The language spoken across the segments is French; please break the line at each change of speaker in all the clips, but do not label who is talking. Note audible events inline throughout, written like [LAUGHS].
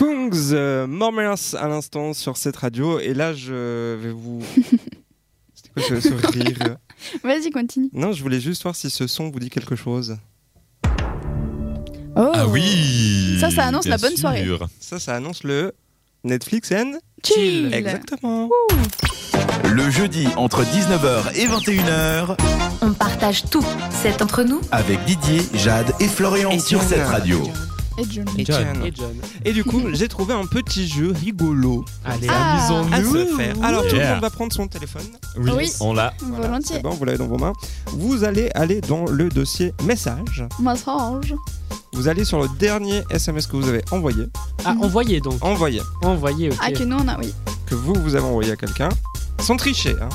The Mormons euh, à l'instant sur cette radio. Et là, je vais vous. C'était quoi ce, ce rire
Vas-y, continue.
Non, je voulais juste voir si ce son vous dit quelque chose.
Oh.
Ah oui
Ça, ça annonce
bien
la bonne
sûr.
soirée.
Ça, ça annonce le Netflix and.
Chill.
Exactement.
Le jeudi entre 19h et 21h
On partage tout. C'est entre nous.
avec Didier, Jade et Florian
Et
sur
John.
cette radio.
Et John.
Et
John.
John. Et John.
Et du coup, j'ai trouvé un petit jeu rigolo
Allez,
Ah.
à se
amusons-nous.
faire. Alors, tout le
Yeah.
monde va prendre son téléphone.
Oui,
Oui.
on l'a.
Voilà,
Volontiers.
c'est bon, vous l'avez dans vos mains. Vous allez aller dans le dossier message.
Moi, ça range.
Vous allez sur le dernier SMS que vous avez envoyé.
Ah, envoyez donc.
Envoyé.
Envoyez, ok.
Ah, que nous, on a, oui.
Que vous, vous avez envoyé à quelqu'un. Sans tricher, hein.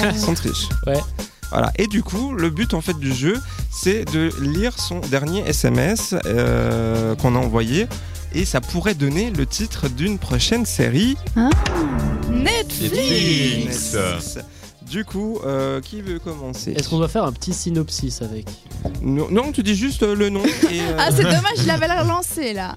Alors,
Sans triche.
Ah. Ouais.
Voilà. Et du coup, le but en fait du jeu, c'est de lire son dernier SMS euh, qu'on a envoyé. Et ça pourrait donner le titre d'une prochaine série.
Netflix.
Du coup, euh, qui veut commencer
Est-ce qu'on doit faire un petit synopsis avec
non, non, tu dis juste euh,
[LAUGHS]
le nom. Et, euh,
Ah, c'est dommage, il avait la relancée là.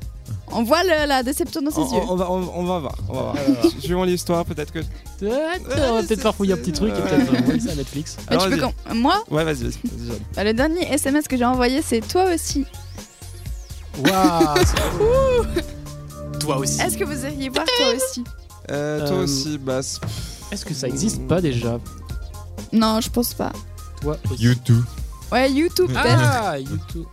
On voit le- la déception dans ses
on,
yeux.
on- on va, on, on va voir. On va voir.
Ah,
Suivant l'histoire, peut-être que.
On va peut-être faire fouiller un petit truc et peut-être envoyer ça à Netflix.
Mais
Alors,
tu peux
vas-y.
com- Moi,
Ouais, vas-y, vas-y. vas-y, Jade.
bah, le dernier SMS que j'ai envoyé, c'est toi aussi.
Waouh Toi aussi.
Est-ce que vous iriez voir toi aussi
Euh, toi
Euh,
aussi, Bass.
Est-ce que ça existe pas déjà
Non, je pense pas.
Toi aussi.
YouTube.
Ouais, YouTube. peut-être.
Ah, YouTube.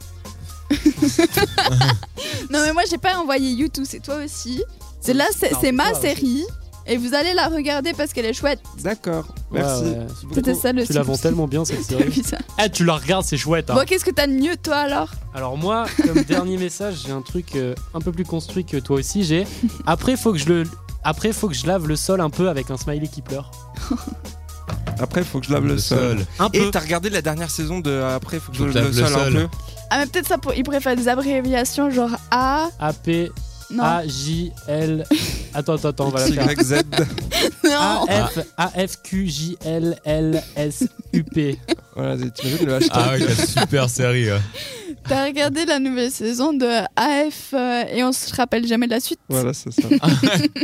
Non, mais moi, j'ai pas envoyé YouTube, c'est toi aussi. C'est là, c'est
Non,
c'est ma
toi aussi.
série. Et vous allez la regarder parce qu'elle est chouette.
D'accord,
Ouais,
merci.
ouais.
beaucoup.
C'était ça le
Tu la vends
synopsis.
tellement
[LAUGHS]
bien cette
T'as
série.
vu ça
Eh, tu la regardes, c'est chouette. hein.
Bon, qu'est-ce que t'as de mieux, toi alors
Alors moi, comme dernier message, j'ai un truc euh, un peu plus construit que toi aussi.
[LAUGHS]
J'ai après faut que je le après faut que je lave le sol un peu avec un smiley qui pleure.
Après, faut que je lave le sol.
Un
Et
peu.
t'as regardé la dernière saison de Après, faut que je
Mmh. Faut
lave le sol un peu
Ah, mais peut-être ça, pour... il préfère des abréviations genre A.
A P
Non.
A J L. Attends attends attends, on va la
X,
faire.
Y, [LAUGHS] Z.
[LAUGHS] non.
A F A F Q J L L S U P.
Voilà, t'imagines le hashtag
Ah ouais, quelle super série. hein.
T'as regardé la nouvelle saison de AF euh, et on se rappelle jamais de la suite
Voilà, c'est ça.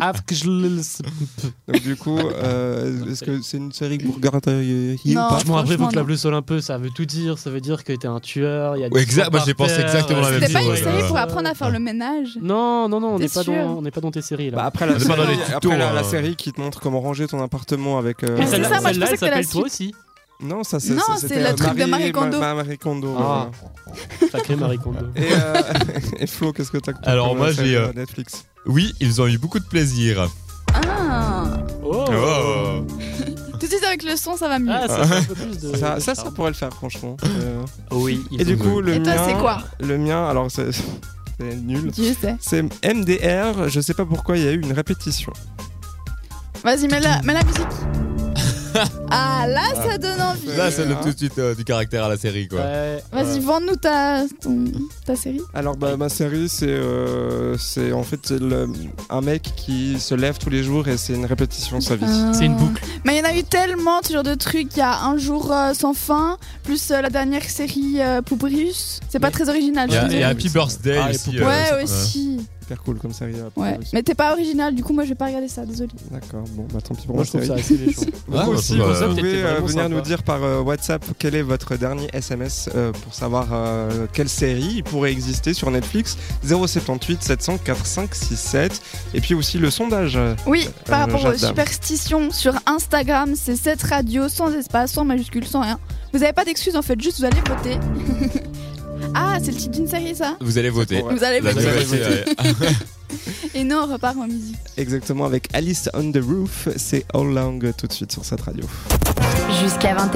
A F Q J L S U P.
Donc, du coup, euh, est-ce que c'est une série que vous regarderiez ou
Non.
pas
Bon après faut
franchement,
que je lave
non.
le sol un peu, ça veut tout dire. Ça veut dire que t'es un tueur. il Y a des
Ouais, exact,
trucs
moi,
par
j'ai pensé
terre,
exactement la
euh,
même
C'était
C'était
pas
chose,
une
ouais,
série
ouais.
pour apprendre à faire le ménage
Non non non, on
T'es
n'est pas
sûr
dans on n'est pas dans tes séries là.
Bah, après la,
On est pas dans les
série,
tutos,
après, la, la
hein.
série qui te montre comment ranger ton appartement avec. euh,
Mais Ah, c'est
celle-là,
ça, moi, je
celle-là,
pensais que
elle
c'était la
s'appelle toi
suite.
aussi.
Non, ça c'est.
Non,
ça,
c'est
c'était,
le
euh,
truc de Marie Kondo.
Ma- Marie Kondo.
Ah.
voilà.
Sacré Marie Kondo.
Et, euh, [LAUGHS] et Flo, qu'est-ce que t'as
Alors,
comme
moi,
série
j'ai,
de
euh,
Netflix.
Oui, ils ont eu beaucoup de plaisir.
Ah
Oh.
Oh.
Tout de suite avec le son, ça va mieux.
Ah, ça fait un peu plus de.
Ça,
de
ça, ça
charme.
pourrait le faire, franchement. Euh,
Oui.
Et du coup, le
et toi,
mien-
c'est quoi
Le mien, alors c'est [LAUGHS] c'est nul.
Dieu sait.
C'est MDR, je sais pas pourquoi il y a eu une répétition.
Vas-y, mets la, mets la musique. ah, là, ça donne envie.
Là, ça donne tout de suite euh, du caractère à la série, quoi.
Vas-y, vends-nous ta, ton- ta série.
Alors bah, ma série c'est euh, c'est en fait c'est le- un mec qui se lève tous les jours et c'est une répétition de sa
Ah.
vie.
C'est une boucle.
Mais il y en a eu tellement, ce genre de trucs. Il y a Un jour euh, sans fin, plus euh, la dernière série euh, Poupérus. C'est pas
Mais-
très original,
Il y
je
a,
veux
il y a
dire.
Happy Birthday
Ah, et
aussi.
Poupée.
euh,
Ouais,
c'est-
aussi.
Hyper cool comme série. après,
Ouais,
aussi.
mais t'es pas original, du coup moi je vais pas regarder ça, désolé.
D'accord, bon bah tant pis pour
Moi,
ma
je trouve
série.
ça assez méchant.
Vous
Ah,
aussi,
bah,
vous
ça va.
pouvez
C'était
euh,
vraiment
venir
sympa.
nous dire par euh, WhatsApp quel est votre dernier SMS euh, pour savoir euh, quelle série pourrait exister sur Netflix 078 700 4567 et puis aussi le sondage.
Oui, par
Euh,
rapport aux
j'adore.
superstitions sur Instagram, c'est cette radio sans espace, sans majuscule, sans rien. Vous avez pas d'excuses en fait, juste vous allez voter. [LAUGHS] ah, c'est le titre d'une série ça
euh, Vous allez voter.
Ouais.
Vous allez
La
voter.
nouvelle
voter.
série.
Et nous on repart en musique.
euh, Exactement avec Alice on the Roof, c'est All Long tout de suite sur cette radio.
Jusqu'à 21